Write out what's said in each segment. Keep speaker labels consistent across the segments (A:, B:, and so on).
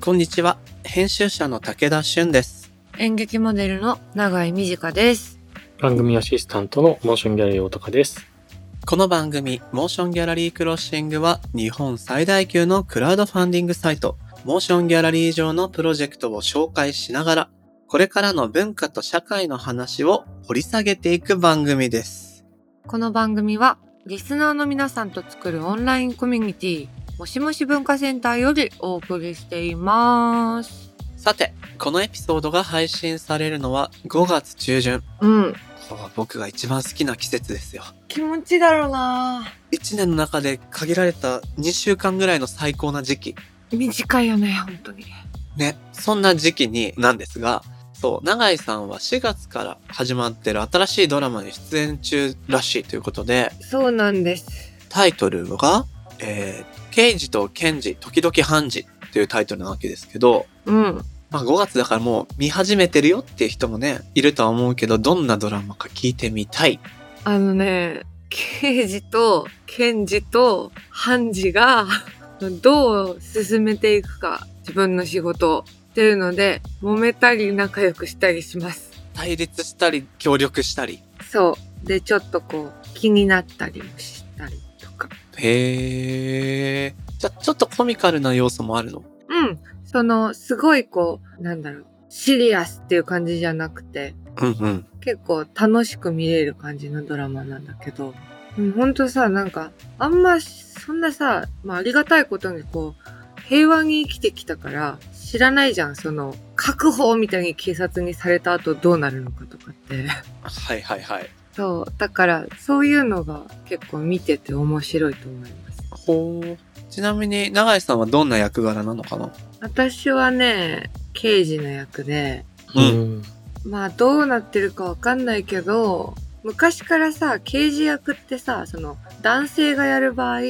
A: こんにちは。編集者の武田俊です。
B: 演劇モデルの永井美智香です。
C: 番組アシスタントのモーションギャラリー大高です。
A: この番組、モーションギャラリークロッシングは、日本最大級のクラウドファンディングサイト、モーションギャラリー上のプロジェクトを紹介しながら、これからの文化と社会の話を掘り下げていく番組です。
B: この番組は、リスナーの皆さんと作るオンラインコミュニティ、もしもし文化センターよりお送りしています。
A: さて、このエピソードが配信されるのは5月中旬。
B: うん。
A: ここは僕が一番好きな季節ですよ。
B: 気持ちいいだろうな
A: 1年の中で限られた2週間ぐらいの最高な時期。
B: 短いよね、本当に。
A: ね、そんな時期になんですが、そう、永井さんは4月から始まってる新しいドラマに出演中らしいということで、
B: そうなんです。
A: タイトルが、えー、刑事と検事、時々判事というタイトルなわけですけど、
B: うん。
A: まあ5月だからもう見始めてるよっていう人もね、いるとは思うけど、どんなドラマか聞いてみたい。
B: あのね、刑事と検事と判事が どう進めていくか、自分の仕事をっていうので、揉めたり仲良くしたりします。
A: 対立したり、協力したり。
B: そう。で、ちょっとこう、気になったりもしたりとか。
A: へー。じゃあちょっとコミカルな要素もあるの
B: うん。その、すごいこう、なんだろう、シリアスっていう感じじゃなくて、
A: うんうん。
B: 結構楽しく見れる感じのドラマなんだけど、うんほんとさ、なんか、あんま、そんなさ、まあ、ありがたいことにこう、平和に生きてきたから、知らないじゃん、その、確保みたいに警察にされた後どうなるのかとかって。
A: はいはいはい。
B: そう。だから、そういうのが結構見てて面白いと思います。
A: ほう。ちなみに、永井さんはどんな役柄なのかな
B: 私はね、刑事の役で、
A: うん
C: ん。
B: まあどうなってるかわかんないけど、昔からさ、刑事役ってさ、その男性がやる場合、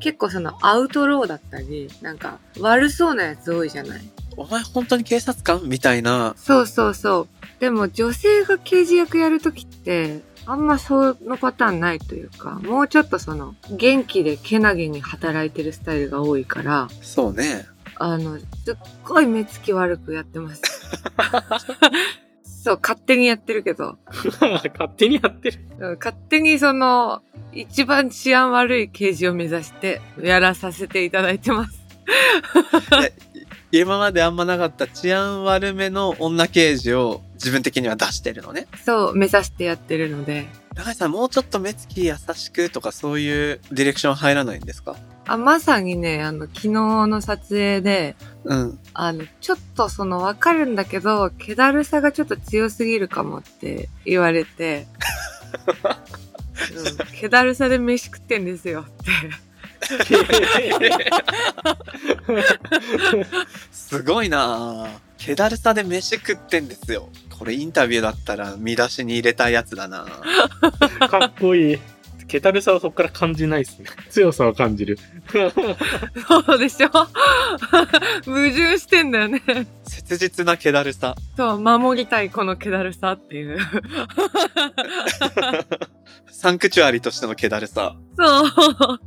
B: 結構そのアウトローだったり、なんか悪そうなやつ多いじゃない
A: お前本当に警察官みたいな。
B: そうそうそう。でも女性が刑事役やるときって、あんまそのパターンないというか、もうちょっとその元気でけなげに働いてるスタイルが多いから、
A: そうね。
B: あの、すっごい目つき悪くやってます。 そう、勝手にやってるけど。
C: 勝手にやってる。
B: うん勝手にその、一番治安悪い刑事を目指して、やらさせていただいてます。
A: 今まであんまなかった治安悪めの女刑事を自分的には出してるのね。
B: そう、目指してやってるので。
A: 永井さん、もうちょっと目つき優しくとかそういうディレクション入らないんですか
B: あ、まさにね、あの、昨日の撮影で、
A: うん。
B: あの、ちょっとその、わかるんだけど、気だるさがちょっと強すぎるかもって言われて、うん、気だるさで飯食ってんですよって。
A: すごいなぁ。気だるさで飯食ってんですよ。これインタビューだったら見出しに入れたいやつだな ぁ
C: かっこいい。けたるさはそこから感じないですね。強さは感じる。
B: そうでしょ 矛盾してんだよね。
A: 切実な気だるさ。
B: そう、守りたいこの気だるさっていう。
A: サンクチュアリとしての気だるさ。
B: そう。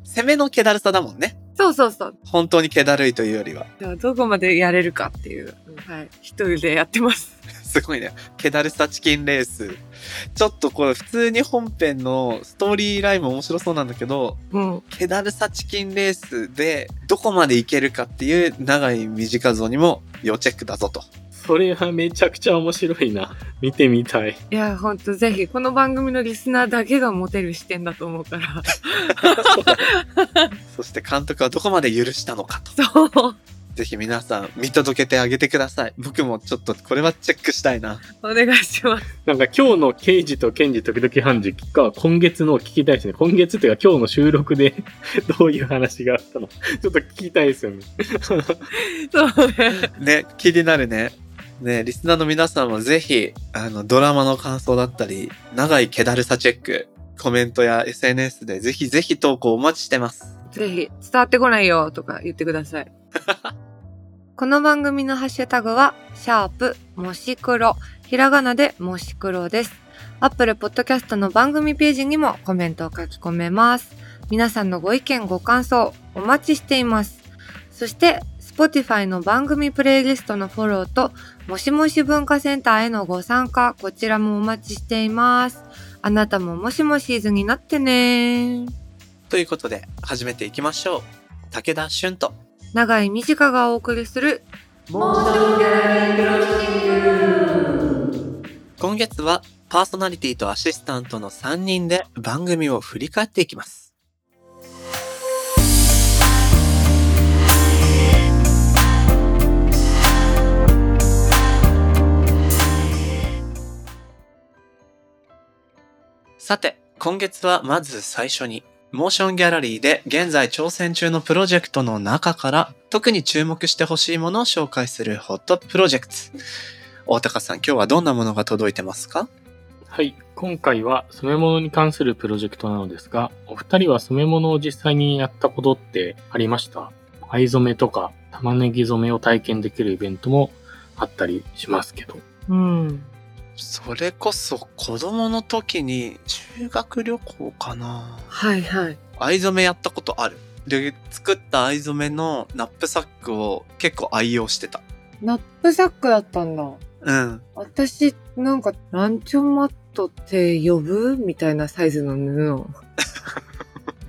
A: 攻めの気だるさだもんね。
B: そうそうそう。
A: 本当に気だるいというよりは。
B: じゃあ、どこまでやれるかっていう。うんはい。一人でやってます。
A: すごいね。気だるさチキンレース。ちょっとこれ普通に本編のストーリーラインも面白そうなんだけど、
B: うん。
A: 気だるさチキンレースでどこまでいけるかっていう長い短像にも要チェックだぞと。
C: それはめちゃくちゃ面白いな。見てみたい。
B: いや、ほんと、ぜひ、この番組のリスナーだけがモテる視点だと思うから。
A: そして監督はどこまで許したのかと。
B: そう。
A: ぜひ皆さん見届けてあげてください。僕もちょっとこれはチェックしたいな。
B: お願いします。
C: なんか今日の刑事と検事時々判事が今月のを聞きたいですね。今月っていうか今日の収録で どういう話があったのちょっと聞きたいですよね。
B: そうね。
A: ね、気になるね。ね、リスナーの皆さんもぜひ、あの、ドラマの感想だったり、長い気だるさチェック、コメントや SNS でぜひぜひ投稿お待ちしてます。
B: ぜひ、伝わってこないよとか言ってください。この番組のハッシュタグは、シャープ、もし黒、ひらがなでもし黒です。アップルポッドキャストの番組ページにもコメントを書き込めます。皆さんのご意見、ご感想、お待ちしています。そして、 Spotify の番組プレイリストのフォローと、もしもし文化センターへのご参加、こちらもお待ちしています。あなたももしもしーずになってね。
A: ということで、始めていきましょう。武田俊と。
B: 長井美かがお送りする、
A: 今月はパーソナリティとアシスタントの3人で番組を振り返っていきます。さて、今月はまず最初に、モーションギャラリーで現在挑戦中のプロジェクトの中から特に注目してほしいものを紹介するホットプロジェクト。大高さん、今日はどんなものが届いてますか
C: はい。今回は染め物に関するプロジェクトなのですが、お二人は染め物を実際にやったことってありました藍染めとか玉ねぎ染めを体験できるイベントもあったりしますけど。
B: うん。
A: それこそ子供の時に修学旅行かな
B: はいはい。
A: 藍染めやったことあるで作った藍染めのナップサックを結構愛用してた
B: ナップサックだったんだ。
A: うん
B: 私、なんか、ランチョンマットって呼ぶみたいなサイズの布を。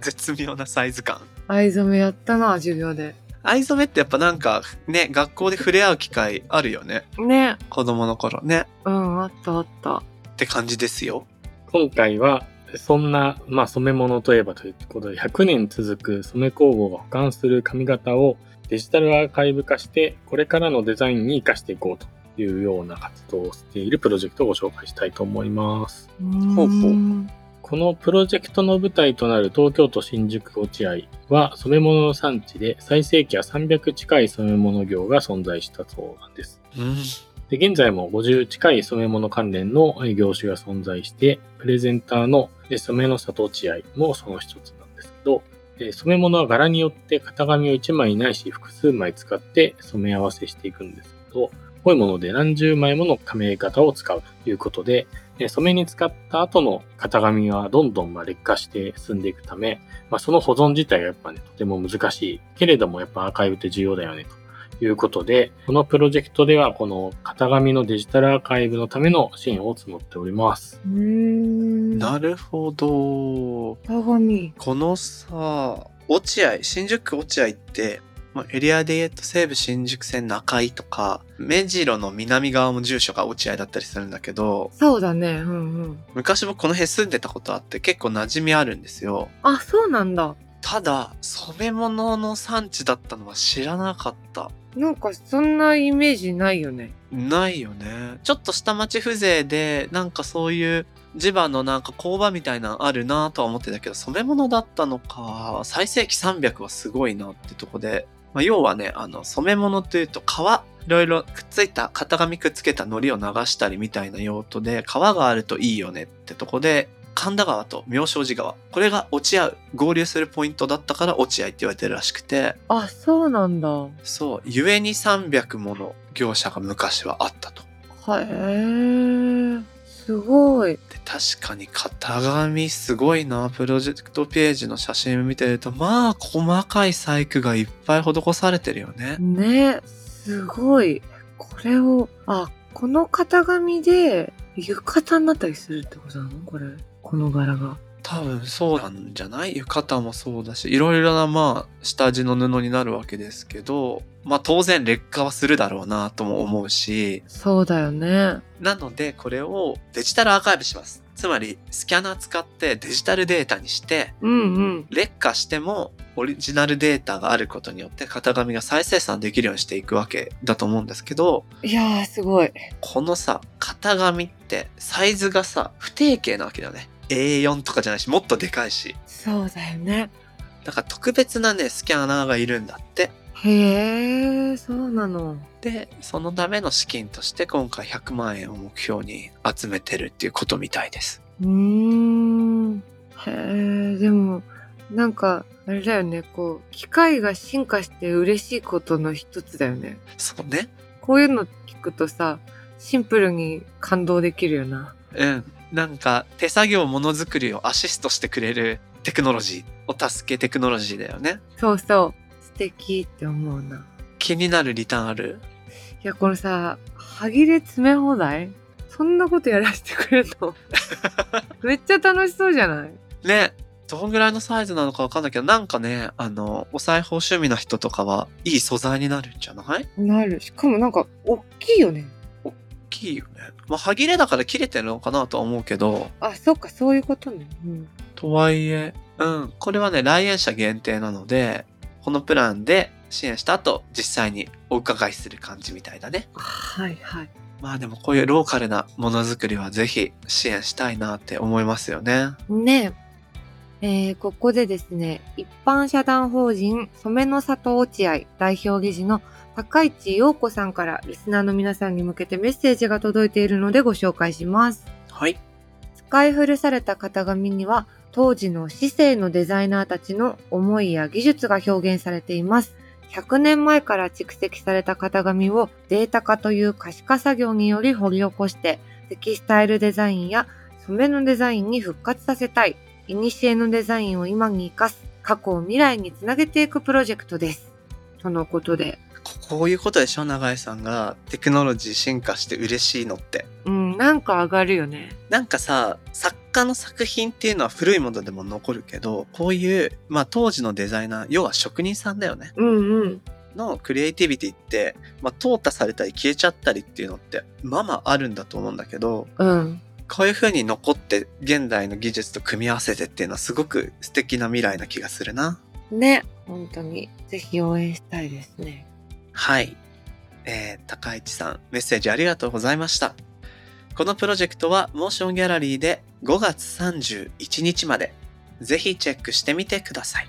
A: 絶妙なサイズ感
B: 藍染めやったな、授業で。
A: 藍染めってやっぱなんかね学校で触れ合う機会あるよね
B: ね。
A: 子供の頃ね
B: うん、あったあった。
A: って感じですよ
C: 今回は、そんな、まあ、染め物といえばということで、100年続く染め工房が保管する髪型をデジタルアーカイブ化して、これからのデザインに活かしていこうというような活動をしているプロジェクトをご紹介したいと思います。
A: ほうほう
C: このプロジェクトの舞台となる東京都新宿落合は染め物の産地で最盛期は300近い染め物業が存在したそうなんです。
A: うん
C: で現在も50近い染め物関連の業種が存在して、プレゼンターのえ染めの里落合もその一つなんですけど、え染め物は柄によって型紙を1枚ないし複数枚使って染め合わせしていくんですけど、濃いもので何十枚もの亀え型を使うということで、え染めに使った後の型紙はどんどんまあ劣化して進んでいくため、まあ、その保存自体がやっぱね、とても難しい。けれどもやっぱアーカイブって重要だよねと。ということで、このプロジェクトではこの型紙のデジタルアーカイブのための支援を募っております。
B: うーん。
A: なるほど
B: 鏡。
A: このさ落合新宿落合って、まあ、エリアで言うと西武新宿線中井とか目白の南側も住所が落合だったりするんだけど
B: そうだね。うんうん。
A: 昔僕この辺住んでたことあって結構馴染みあるんですよ
B: あ、そうなんだ。
A: ただ染め物の産地だったのは知らなかった
B: なんか、そんなイメージないよね。
A: ないよねちょっと下町風情でなんかそういう地場のなんか工場みたいなのあるなとは思ってたけど染め物だったのか最盛期300はすごいなってとこで、まあ、要はねあの染め物というと革いろいろくっついた型紙くっつけた糊を流したりみたいな用途で革があるといいよねってとこで神田川と妙正寺川これが落ち合う合流するポイントだったから落合って言われてるらしくて
B: あ、そうなんだ。は
A: そうゆえに300もの業者が昔はあったと。
B: えー。すごい。
A: で確かに型紙すごいなプロジェクトページの写真見てるとまあ細かい細工がいっぱい施されてるよね
B: ね。すごい。これを、あ、この型紙で浴衣になったりするってことなのこれ。この柄が。
A: 多分そうなんじゃない浴衣もそうだしいろいろなまあ下地の布になるわけですけどまあ当然劣化はするだろうなとも思うし
B: そうだよね。
A: なのでこれをデジタルアーカイブしますつまりスキャナー使ってデジタルデータにして
B: うんうん。
A: 劣化してもオリジナルデータがあることによって型紙が再生産できるようにしていくわけだと思うんですけど
B: いやー、すごい。
A: このさ型紙ってサイズがさ不定形なわけだよね A4 とかじゃないしもっとでかいし
B: そうだよね。
A: だから特別なねスキャナーがいるんだって
B: へえ、そうなの。
A: でそのための資金として今回100万円を目標に集めてるっていうことみたいです
B: うーん。へえ、でも、なんか、あれだよね、こう、機械が進化して嬉しいことの一つだよね。
A: そうね
B: こういうの聞くとさ、シンプルに感動できるよな。
A: うん、なんか手作業ものづくりをアシストしてくれるテクノロジーお助けテクノロジーだよね
B: そうそう。素敵って思うな。
A: 気になるリターンある
B: いや、このさ、歯切れ詰め放題そんなことやらせてくれる のめっちゃ楽しそうじゃない
A: ね、どんぐらいのサイズなのかわかんないけど、なんかね、あの、お裁縫趣味の人とかはいい素材になるんじゃない
B: なる。しかもなんか、大きいよね。
A: 大きいよね。まあ、歯切れだから切れてるのかなとは思うけど、
B: あ、そっか、そういうことね。うん。
A: とはいえ、うん、これはね、来園者限定なので、このプランで支援した後、実際にお伺いする感じみたいだね。
B: はいはい。
A: まあでもこういうローカルなものづくりはぜひ支援したいなって思いますよね。
B: ねええーここでですね、一般社団法人染の里落合代表理事の高市陽子さんからリスナーの皆さんに向けてメッセージが届いているのでご紹介します。
A: はい。
B: 使い古された型紙には当時の市政のデザイナーたちの思いや技術が表現されています。100年前から蓄積された型紙をデータ化という可視化作業により掘り起こしてテキスタイルデザインや染めのデザインに復活させたい。古のデザインを今に生かす、過去を未来につなげていくプロジェクトです。とのことで。
A: こういうことでしょ永井さんがテクノロジー進化して嬉しいのって。
B: うん、なんか上がるよね。
A: なんかさ、作家の作品っていうのは古いものでも残るけど、こういう、まあ当時のデザイナー、要は職人さんだよね。
B: うんうん。
A: のクリエイティビティって、まあ淘汰されたり消えちゃったりっていうのって、まあまああるんだと思うんだけど、
B: うん。
A: こういう風に残って現代の技術と組み合わせてっていうのはすごく素敵な未来な気がするな。
B: ね。本当に。ぜひ応援したいですね。
A: はい。えー高市さん、メッセージありがとうございました。このプロジェクトはモーションギャラリーで5月31日まで、ぜひチェックしてみてください。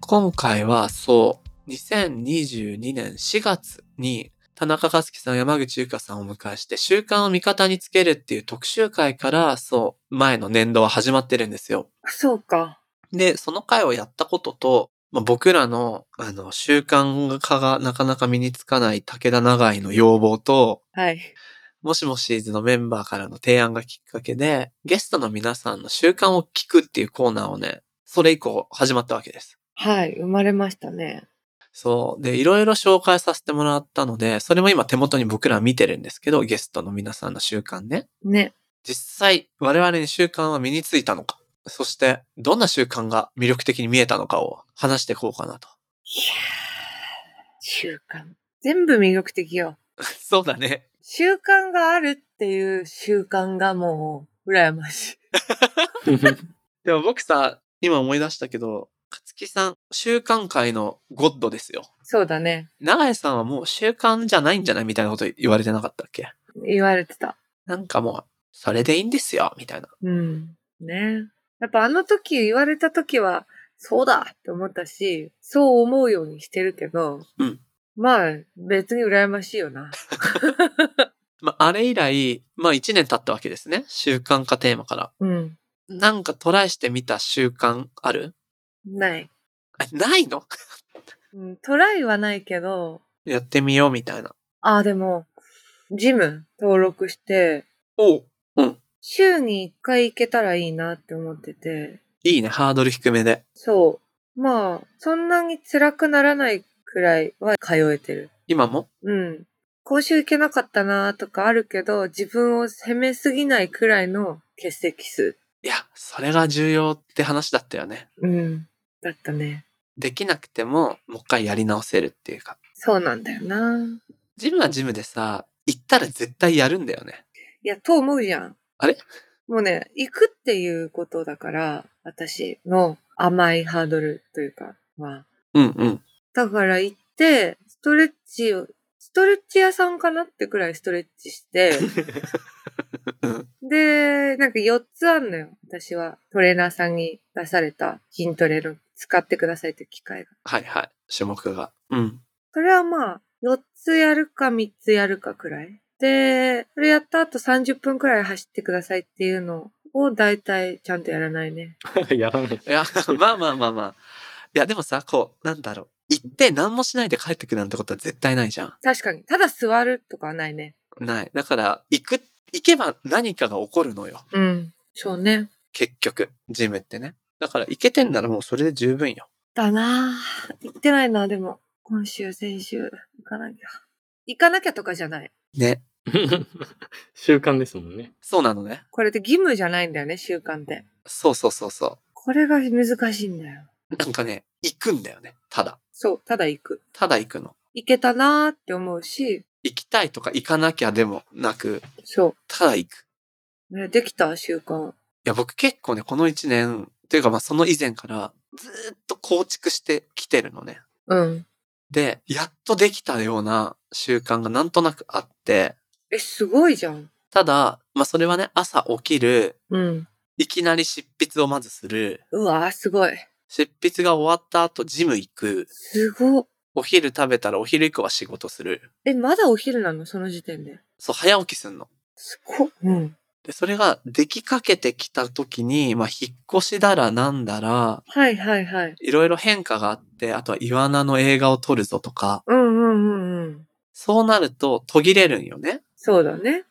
A: 今回はそう、2022年4月に田中克樹さん、山口優香さんをお迎えして、習慣を味方につけるっていう特集会から、そう、前の年度は始まってるんですよ。
B: そうか。
A: で、その会をやったことと、まあ、僕らの、あの、習慣化がなかなか身につかない武田長井の要望と、
B: はい。
A: もしもシーズのメンバーからの提案がきっかけで、ゲストの皆さんの習慣を聞くっていうコーナーをね、それ以降始まったわけです。
B: はい。生まれましたね。
A: そう。で、いろいろ紹介させてもらったので、それも今手元に僕ら見てるんですけど、ゲストの皆さんの習慣ね。
B: ね。
A: 実際、我々に習慣は身についたのか、そして、どんな習慣が魅力的に見えたのかを話していこうかなと。
B: 習慣。全部魅力的よ。
A: そうだね。
B: 習慣があるっていう習慣がもう、羨ましい。
A: でも僕さ、今思い出したけど、かつきさん、習慣界のゴッドですよ。
B: そうだね。
A: 長井さんはもう習慣じゃないんじゃないみたいなこと言われてなかったっけ
B: 言われてた。
A: なんかもう、それでいいんですよ、みたいな。
B: うん。ね。やっぱあの時言われた時は、そうだって思ったし、そう思うようにしてるけど、
A: うん
B: まあ、別に羨ましいよな。
A: まあ、あれ以来、まあ一年経ったわけですね。習慣化テーマから。
B: うん。
A: なんかトライしてみた習慣ある
B: ない。
A: あないの
B: うん、トライはないけど、
A: やってみようみたいな。
B: ああ、でも、ジム登録して、
A: お
B: 週に1回行けたらいいなって思ってて、
A: いいね、ハードル低めで。
B: そう。まあ、そんなに辛くならないくらいは通えてる。
A: 今も
B: うん。講習行けなかったなとかあるけど、自分を責めすぎないくらいの欠席数。
A: いや、それが重要って話だったよね。
B: うん。だったね。
A: できなくても、もう一回やり直せるっていうか。
B: そうなんだよな。
A: ジムはジムでさ、行ったら絶対やるんだよね。
B: いや、と思うじゃん。
A: あれ
B: もうね、行くっていうことだから、私の甘いハードルというか、まあ。
A: うんうん。
B: だから行って、ストレッチを、ストレッチ屋さんかなってくらいストレッチして、
A: うん
B: で、なんか4つあんのよ。私はトレーナーさんに出された筋トレの使ってくださいという機会が。
A: はいはい。種目が。うん。
B: それはまあ、4つやるか3つやるかくらい。で、それやった後30分くらい走ってくださいっていうのを大体ちゃんとやらないね。
C: やらな い。
A: いや、まあまあまあまあ。いや、でもさ、こう、なんだろう。行って何もしないで帰ってくるなんてことは絶対ないじゃん。
B: 確かに。ただ座るとかはないね。
A: ない。だから、行く、行けば何かが起こるのよ。
B: うん。そうね。
A: 結局、ジムってね。だから、行けてんならもうそれで十分よ。
B: だなぁ。行ってないな、でも。今週、先週、行かなきゃ。行かなきゃとかじゃない。
A: ね。
C: 習慣ですもんね。
A: そうなのね。
B: これって義務じゃないんだよね、習慣って。
A: そうそうそうそ
B: これが難しいんだよ。
A: う。なんかね、行くんだよね。ただ。
B: そう、ただ行く。
A: ただ行くの。
B: 行けたなーって思うし、
A: 行きたいとか行かなきゃでもなく、
B: そ
A: ただ行く。
B: う。ね、できた習慣。
A: いや、僕結構ね、この一年、というかまあその以前から、ずーっと構築してきてるのね。
B: うん。
A: で、やっとできたような習慣がなんとなくあって、
B: え、すごいじゃん。
A: ただ、まあそれはね、朝起きる、
B: うん。
A: いきなり執筆をまずする、
B: うわー、すごい。
A: 執筆が終わった後ジム行く、
B: すごっ。
A: お昼食べたらお昼以降は仕事する。
B: え、まだお昼なのその時点で。
A: そう、早起きすんの。
B: すごっ。うん。
A: で、それができかけてきた時に、まあ引っ越しだらなんだら、
B: はいはいはい。
A: いろいろ変化があって、あとはイワナの映画を撮るぞとか、
B: うんうんうんうん。
A: そうなると途切れるんよね。
B: そうだね。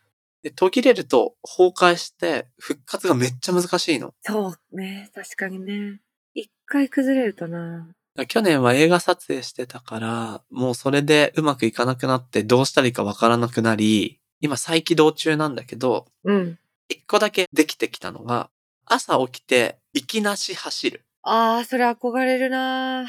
A: で、途切れると崩壊して復活がめっちゃ難しいの。
B: そうね。確かにね。一回崩れるとな。
A: だ去年は映画撮影してたから、もうそれでうまくいかなくなってどうしたらいいかわからなくなり、今再起動中なんだけど、
B: うん。
A: 一個だけできてきたのが、朝起きて、いきなし走る。
B: あー、それ憧れるな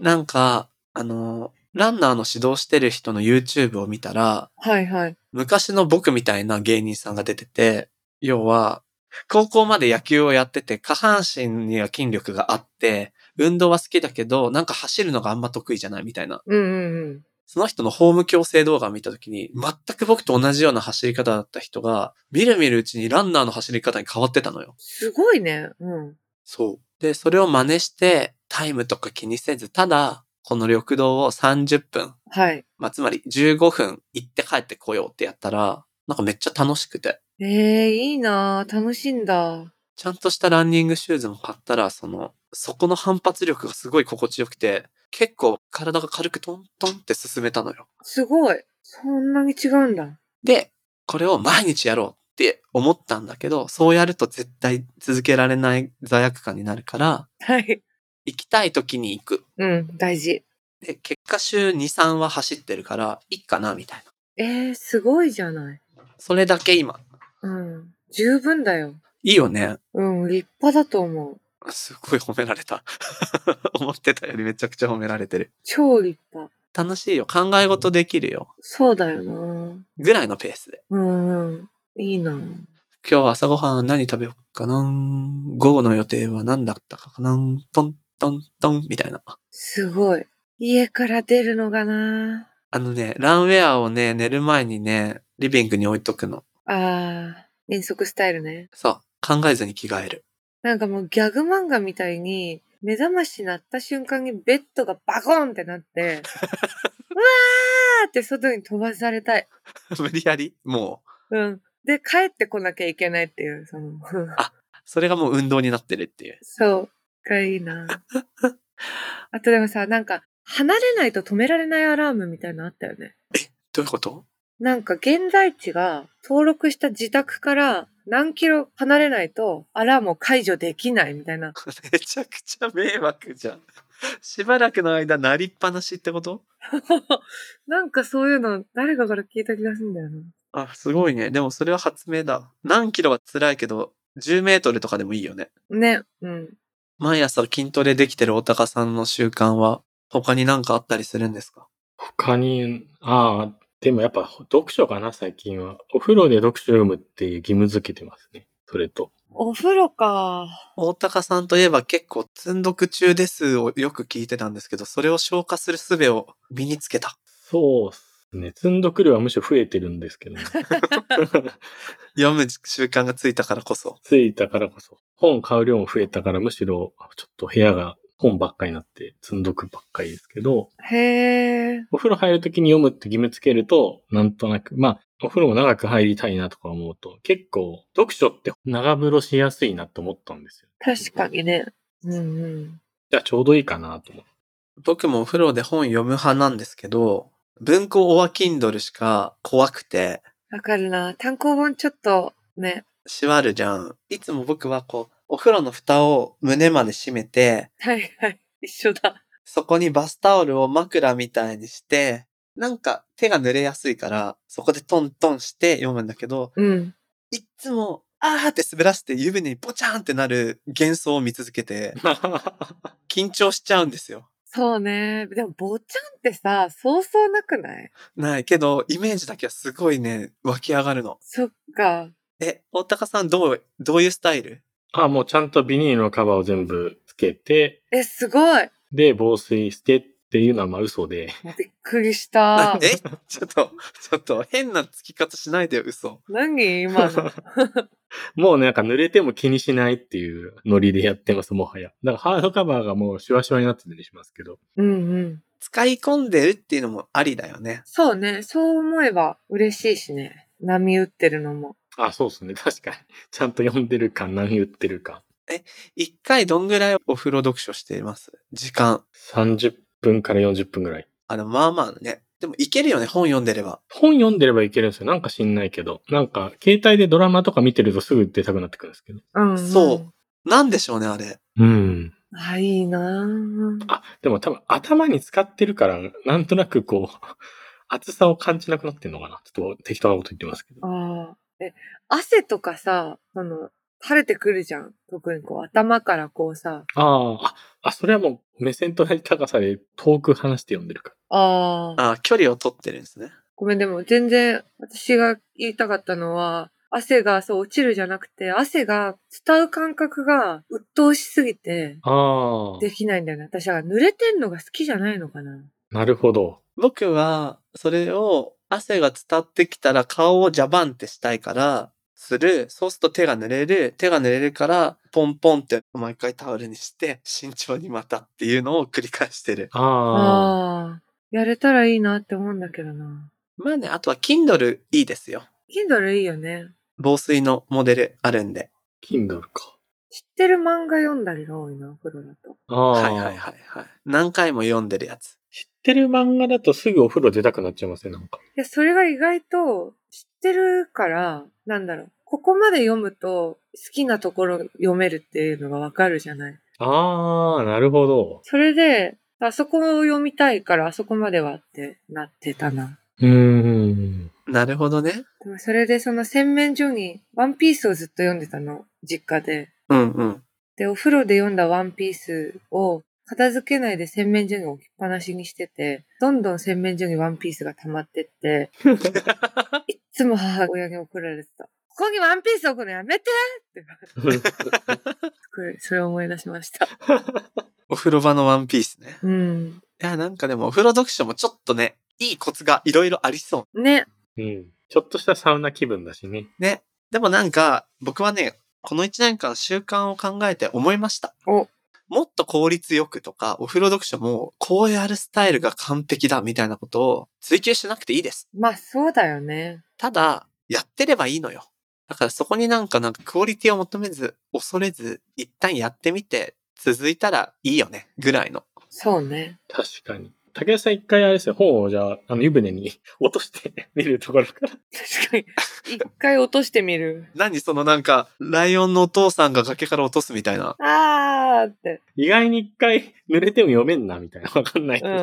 A: なんか、あの、ランナーの指導してる人の YouTube を見たら、
B: はいはい。
A: 昔の僕みたいな芸人さんが出てて、要は、高校まで野球をやってて、下半身には筋力があって、運動は好きだけど、なんか走るのがあんま得意じゃないみたいな。
B: うんうんうん。
A: その人のホーム強制動画を見たときに、全く僕と同じような走り方だった人が、みるみるうちにランナーの走り方に変わってたのよ。
B: すごいね。うん。
A: そう。で、それを真似して、タイムとか気にせず、ただ、この緑道を30分、
B: はい。
A: まあ、つまり15分行って帰ってこようってやったら、なんかめっちゃ楽しくて。
B: ええいいなぁ。楽しいんだ。
A: ちゃんとしたランニングシューズも買ったら、その、そこの反発力がすごい心地よくて、結構体が軽くトントンって進めたのよ。
B: すごい。そんなに違うんだ。
A: で、これを毎日やろうって思ったんだけど、そうやると絶対続けられない罪悪感になるから、
B: はい。
A: 行きたい時に行く。
B: うん、大事。
A: で、結果週2、3は走ってるから、いいかな、みたい
B: ええすごいじゃない。
A: な。それだけ今。
B: うん。十分だよ。
A: いいよね。
B: うん、立派だと思う。
A: すごい褒められた。 思ってたよりめちゃくちゃ褒められてる。
B: 超立派。
A: 楽しいよ。考え事できるよ。
B: そうだよな
A: ぐらいのペースで。
B: うん、うん。いいなぁ。
A: 今日は朝ごはん何食べようかな午後の予定は何だったかなトントントンみたいな。
B: すごい。家から出るのがな
A: あのね、ランウェアをね、寝る前にね、リビングに置いとくの。
B: ぁ。あー、遠足スタイルね。
A: そう。考えずに着替える。
B: なんかもうギャグ漫画みたいに、目覚まし鳴った瞬間にベッドがバコーンってなって、うわーって外に飛ばされたい。
A: 無理やりも
B: うん。で、帰ってこなきゃいけないっていう、その、
A: う、それがもう運動になってるっていう。
B: そう。がいいな。あとでもさ、なんか、離れないと止められないアラームみたいなのあったよね。
A: どういうこと
B: なんか現在地が登録した自宅から何キロ離れないとアラームを解除できないみたいな。
A: めちゃくちゃ迷惑じゃん。 しばらくの間、なりっぱなしってこと
B: なんかそういうの誰かから聞いた気がするんだよな。
A: あ、すごいね。でもそれは発明だ。何キロは辛いけど、10メートルとかでもいいよね。
B: ね、うん。
A: 毎朝筋トレできてるおたかさんの習慣は、他に何かあったりするんですか
C: 他に、ああ、でもやっぱ読書かな、最近は。お風呂で読書読むっていう義務づけてますね。それと。
B: お風呂か。
A: 大高さんといえば結構積読中ですをよく聞いてたんですけど、それを消化する術を身につけた。
C: そうっすね。積んどく量はむしろ増えてるんですけど ね。
A: 読む習慣がついたからこそ。
C: ついたからこそ。本買う量も増えたから、むしろちょっと部屋が本ばっかりになって積んどくばっかりですけど、
B: へえ。
C: お風呂入るときに読むって義務つけると、なんとなく、まあ、お風呂も長く入りたいなとか思うと、結構読書って長風呂しやすいなと思ったんですよ。
B: 確かにね。うんうん。
C: じゃあちょうどいいかなと思って。
A: 僕もお風呂で本読む派なんですけど、文庫オアキンドルしか怖くて、
B: わかるな。単行本ちょっと、ね。
A: しわるじゃん。いつも僕はこう、お風呂の蓋を胸まで閉めて、
B: はいはい。一緒だ。
A: そこにバスタオルを枕みたいにして、なんか手が濡れやすいから、そこでトントンして読むんだけど、
B: うん。
A: いっつも、あーって滑らせて湯船にポチャーンってなる幻想を見続けて、緊張しちゃうんですよ。
B: そうね。でも、坊ちゃんってさ、そうそうなくない
A: ないけど、イメージだけはすごいね、湧き上がるの。
B: そっか。
A: え、大高さんどう、どういうスタイル
C: あ、もうちゃんとビニールのカバーを全部つけて、
B: え、すごい。
C: で、防水してっていうのはまあ嘘で、
B: びっくり した。
A: えちょっと、ちょっと変なつき方しないでよ、嘘。
B: 何今の。
C: もうねなんか濡れても気にしないっていうノリでやってます、もはや。だからハードカバーがもうシュワシュワになってたりしますけど。
B: うんうん。
A: 使い込んでるっていうのもありだよね。
B: そうね。そう思えば嬉しいしね。波打ってるのも。
C: あ、そうですね。確かに。ちゃんと読んでるか、何言ってるか。
A: 一回どんぐらいお風呂読書しています時間。
C: 30分から40分ぐらい。
A: あの、まあまあね。でもいけるよね、本読んでれば。
C: 本読んでればいけるんですよ。なんか知んないけど。なんか、携帯でドラマとか見てるとすぐ出たくなってくるんですけど。
B: うん、うん。
A: そう。なんでしょうね、あれ。
C: うん。
B: あ、いいなぁ
C: あ、でも多分頭に使ってるから、なんとなくこう、熱さを感じなくなってんのかな。ちょっと適当なこと言ってますけど。
B: ああ。え、汗とかさ、その、垂れてくるじゃん。特にこう、頭からこうさ。
C: あーあ、あ、それはもう目線と同じ高さで遠く離して読んでるか
B: ああ。
A: あ距離を取ってるんですね。
B: ごめん、でも全然、私が言いたかったのは、汗がそう落ちるじゃなくて、汗が伝う感覚が鬱陶しすぎて、
C: ら。ああ、
B: できないんだよね。私は濡れてんのが好きじゃないのかな。
C: なるほど。
A: 僕は、それを、汗が伝ってきたら顔をジャバンってしたいから、する。そうすると手が濡れる。手が濡れるから、ポンポンって毎回タオルにして、慎重にまたっていうのを繰り返してる。
C: ああ、
B: ああ。やれたらいいなって思うんだけどな。
A: まあね、あとは Kindle いいですよ。
B: Kindle いいよね。
A: 防水のモデルあるんで。
C: Kindle か。
B: 知ってる漫画読んだりが多いな、お風呂だと。
C: ああ、
A: はいはいはいはい。何回も読んでるやつ。
C: 知ってる漫画だとすぐお風呂出たくなっちゃいますね、なんか。
B: いや、それが意外と知ってるから、なんだろう。ここまで読むと好きなところ読めるっていうのがわかるじゃない。
C: ああ、なるほど。
B: それで、あそこを読みたいからあそこまではってなってたな。
C: うーん。
A: なるほどね。
B: でもそれでその洗面所にワンピースをずっと読んでたの、実家で。
A: うんうん。
B: で、お風呂で読んだワンピースを片付けないで洗面所に置きっぱなしにしてて、どんどん洗面所にワンピースが溜まって って、いっつも母親に怒られてた。ここにワンピース置くのやめてって。これそれを思い出しました。
A: お風呂場のワンピースね。
B: うん。
A: いや、なんかでもお風呂読書もちょっとね、いいコツがいろいろありそう。
B: ね。
C: うん。ちょっとしたサウナ気分だしね。
A: ね。でもなんか、僕はね、この1年間習慣を考えて思いました。
B: お
A: もっと効率よくとか、お風呂読書も、こうやるスタイルが完璧だみたいなことを追求しなくていいです。
B: まあそうだよね。
A: ただ、やってればいいのよ。だからそこになんかなんかクオリティを求めず、恐れず、一旦やってみて、続いたらいいよね、ぐらいの。
B: そうね。
C: 確かに。竹田さん一回あれですよ、本をじゃあ、あの湯船に 落として見るところから。
B: 確 かに。一回落としてみる。
A: 何そのなんか、ライオンのお父さんが崖から落とすみたいな。
B: あーって。
C: 意外に一回濡れても読めんな、みたいな。わかんない。
B: うんう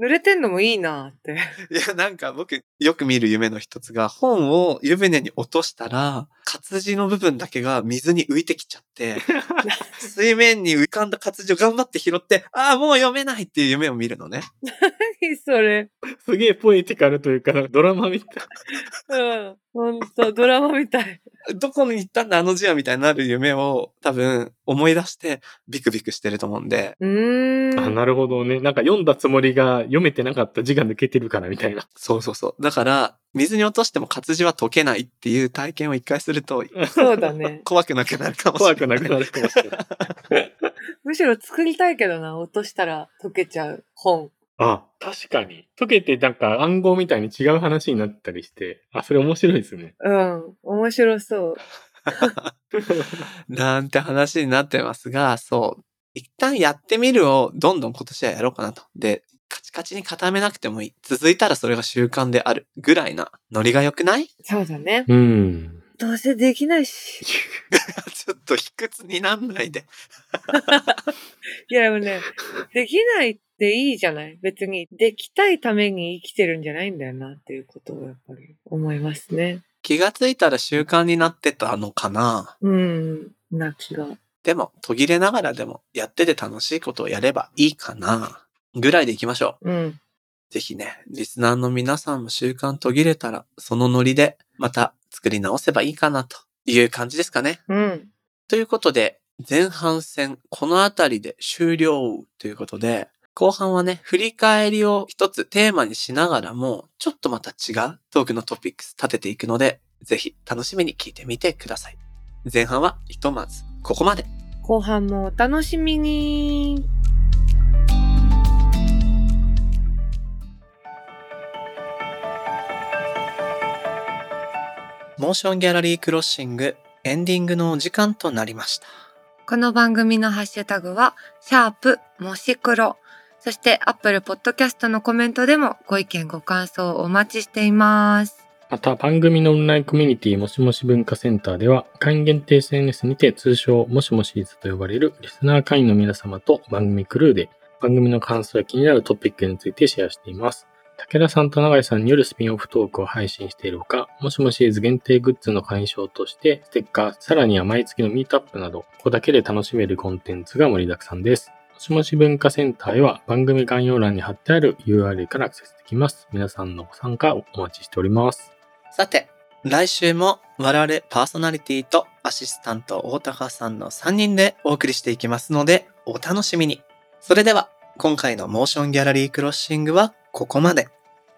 B: ん。濡れてんのもいいなーって。
A: いや、なんか僕、よく見る夢の一つが、本を湯船に落としたら、活字の部分だけが水に浮いてきちゃ って、水面に浮かんだ活字を頑張って拾って、ああ、もう読めないっていう夢を見るのね。
B: 何それ。
C: すげえポエティカルというか、なんかドラマみたい。
B: うん。ほんと、ドラマみたい。
A: どこに行ったんだあの字はみたいになる夢を多分思い出してビクビクしてると思うんで、
B: うーん。
C: あ、なるほどね。なんか読んだつもりが読めてなかった字が抜けてるから、みたいな。
A: そうそうそう。だから、水に落としても活字は解けないっていう体験を一回すると
B: そうだね。
A: 怖くなくなるかもしれな
C: 怖
A: い。
C: くなくなるかもしれない。
B: むしろ作りたいけどな、落としたら溶けちゃう本。
C: あ、確かに。解けてなんか暗号みたいに違う話になったりして。あ、それ面白いですね。
B: うん。面白そう。
A: なんて話になってますが、そう。一旦やってみるをどんどん今年はやろうかなと。で、カチカチに固めなくてもいい。続いたらそれが習慣である。ぐらいなノリが良くない ち
B: そうだね。
C: うん。
B: どうせできないし。
A: ょっと卑屈になんないで。
B: いやでもね、できないっていいじゃない別に、できたいために生きてるんじゃないんだよなっていうことをやっぱり思いますね。
A: 気がついたら習慣になってたのかな
B: うん、な気が。
A: でも、途切れながらでも、やってて楽しいことをやればいいかなぐらいでいきましょ
B: うん。
A: う。ぜひね、リスナーの皆さんも習慣途切れたら、そのノリで、また作り直せばいいかなという感じですかね。
B: うん。
A: ということで、前半戦、このあたりで終了ということで、後半はね、振り返りを一つテーマにしながらも、ちょっとまた違うトークのトピックス立てていくので、ぜひ楽しみに聞いてみてください。前半はひとまずここまで。
B: 後半もお楽しみに。
A: モーションギャラリークロッシングエンディングのお時間となりました。
B: この番組のハッシュタグは、シャープもし黒。そして、アップルポッドキャストのコメントでもご意見ご感想をお待ちしています。
C: また番組のオンラインコミュニティもしもし文化センターでは会員限定 SNS にて通称もしもしーずと呼ばれるリスナー会員の皆様と番組クルーで番組の感想や気になるトピックについてシェアしています。武田さんと永井さんによるスピンオフトークを配信しているほか、もしもしーず限定グッズの会員証としてステッカー、さらには毎月のミートアップなど、ここだけで楽しめるコンテンツが盛りだくさんです。もしもし文化センターへは番組概要欄に貼ってある URL からアクセスできます。皆さんのご参加をお待ちしております。
A: さて、来週も我々パーソナリティとアシスタント大高さんの3人でお送りしていきますので、お楽しみに。それでは、今回のモーションギャラリークロッシングはここまで。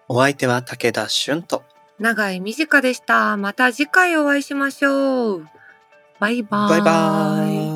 A: お相手は武田俊と。
B: 長井美智香でした。また次回お会いしましょう。バイバーイ。
A: バイバーイ。